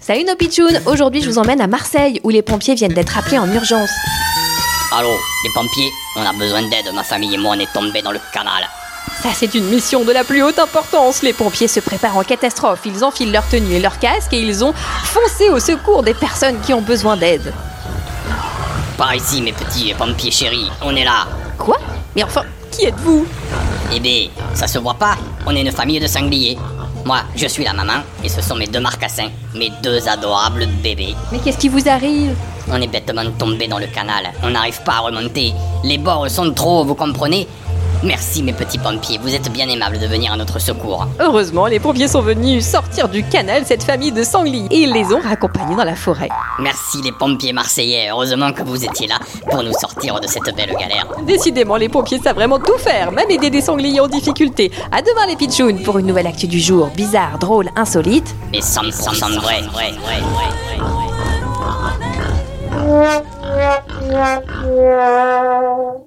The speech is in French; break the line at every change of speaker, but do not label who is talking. Salut nos pitchouns Aujourd'hui, je vous emmène à Marseille, où les pompiers viennent d'être appelés en urgence.
Allô, les pompiers, on a besoin d'aide, ma famille et moi on est tombés dans le canal.
Ça, c'est une mission de la plus haute importance. Les pompiers se préparent en catastrophe. Ils enfilent leur tenue et leur casque et ils ont foncé au secours des personnes qui ont besoin d'aide.
Par ici, mes petits pompiers chéris, on est là.
Quoi Mais enfin, qui êtes-vous
Eh bien, ça se voit pas, on est une famille de sangliers. Moi, je suis la maman, et ce sont mes deux marcassins, mes deux adorables bébés.
Mais qu'est-ce qui vous arrive
On est bêtement tombés dans le canal, on n'arrive pas à remonter. Les bords sont trop, vous comprenez Merci mes petits pompiers, vous êtes bien aimables de venir à notre secours.
Heureusement, les pompiers sont venus sortir du canal cette famille de sangliers et ils les ont raccompagnés dans la forêt.
Merci les pompiers marseillais, heureusement que vous étiez là pour nous sortir de cette belle galère.
Décidément, les pompiers savent vraiment tout faire, même aider des sangliers en difficulté. À demain les pitchouns pour une nouvelle actu du jour, bizarre, drôle, insolite.
Mais 100% vrai, vrai, vrai, vrai, vrai.
Yeah, yeah, yeah.